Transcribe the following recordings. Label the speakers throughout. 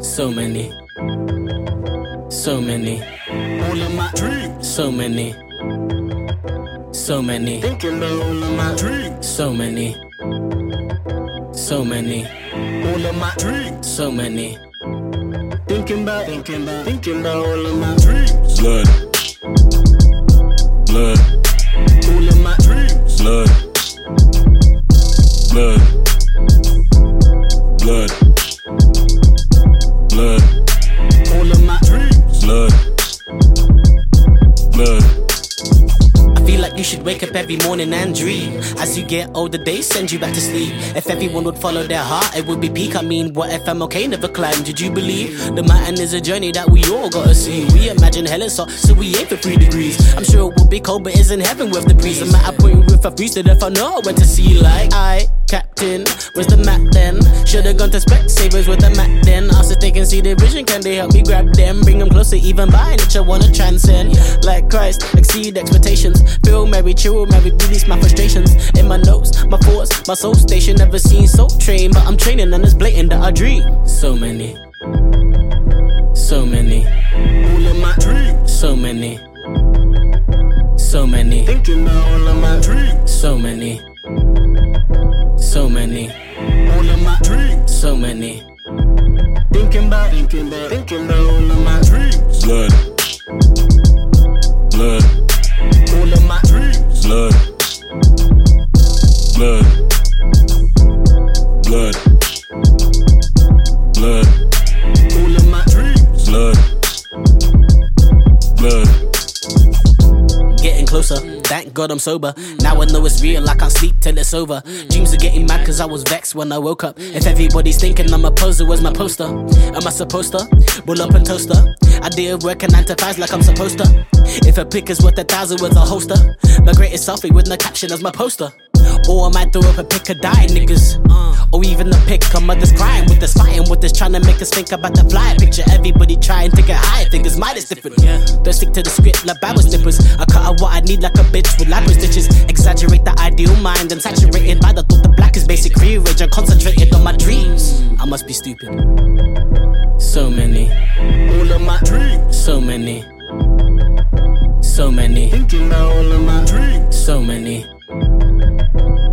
Speaker 1: So many. So many.
Speaker 2: All of my dreams.
Speaker 1: So many. So many.
Speaker 2: Thinking about all of my dreams.
Speaker 1: So many. So many.
Speaker 2: All of my dreams.
Speaker 1: So many.
Speaker 2: Thinking about, thinking about, thinking about all of my dreams.
Speaker 3: Blood. Blood.
Speaker 2: All of my dreams.
Speaker 3: Blood. Blood. Blood. Blood.
Speaker 2: All of my dreams.
Speaker 3: Blood. Blood.
Speaker 1: I feel like you should wake up every morning and dream. As you get older, they send you back to sleep. If everyone would follow their heart, it would be peak. I mean, what if I'm okay? Never climbed. Did you believe? The mountain is a journey that we all gotta see. We imagine hell is hot, so we aim for three degrees. I'm sure it will be cold, but isn't heaven worth the breeze? I'm at a point where if I freeze to death, I know when to see. Like, I, Captain, where's the map then? Should've gone to Specsavers with the map then. Asked if they can see the vision, can they help me grab them? Bring them closer, even by nature, wanna transcend. Like Christ, exceed expectations. Feel Mary, chill Mary, release my frustrations. In my notes, my thoughts, my soul station. Never seen Soul Train, but I'm training and it's blatant that I dream. So many, so many,
Speaker 2: All of my dreams.
Speaker 1: so many, so many,
Speaker 2: Thinking about all of my dreams.
Speaker 1: so many, so many,
Speaker 2: All of my dreams.
Speaker 1: so many.
Speaker 2: Thinking about, thinking about, thinking about all of my dreams.
Speaker 3: Blood. Blood.
Speaker 2: All of my dreams.
Speaker 3: Blood. Blood. Blood. Blood.
Speaker 2: All of my dreams.
Speaker 3: Blood. Blood.
Speaker 1: Getting closer, thank God I'm sober. Now I know it's real, I can't sleep till it's over. Dreams are getting mad cause I was vexed when I woke up. If everybody's thinking I'm a poser, where's my poster? Am I supposed to? Roll up and toaster. I deal working nine to fives like I'm supposed to. If a pick is worth a thousand with a holster, my greatest selfie with no caption as my poster. Or I might throw up a pick of die niggas. Or even a pick of mothers crying with us, fighting with us, trying to make us think about the fly. Picture everybody trying to get high, fingers mine is different. Don't stick to the script like Bible slippers. I cut out what I need like a bitch with lipo stitches. Exaggerate the ideal mind, I'm saturated by the thought the black is basic free rage. I'm concentrated on my dreams. I must be stupid. So many,
Speaker 2: All of my dreams.
Speaker 1: so many, so many,
Speaker 2: Thinking about all of my dreams.
Speaker 1: so many,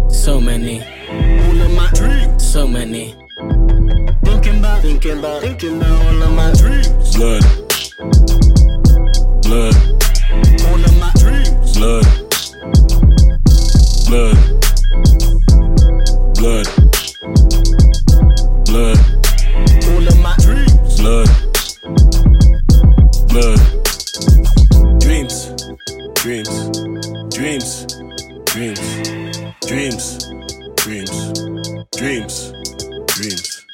Speaker 1: so many,
Speaker 2: All of my dreams.
Speaker 1: so many.
Speaker 2: Thinking about, thinking about, thinking about all of my dreams.
Speaker 3: Blood. Blood.
Speaker 2: All of my dreams.
Speaker 3: Blood. Blood. Blood. Blood.
Speaker 2: All of my dreams.
Speaker 3: Blood. Blood. Dreams. Dreams. Dreams. Dreams. Dreams. Dreams. Dreams. Dreams.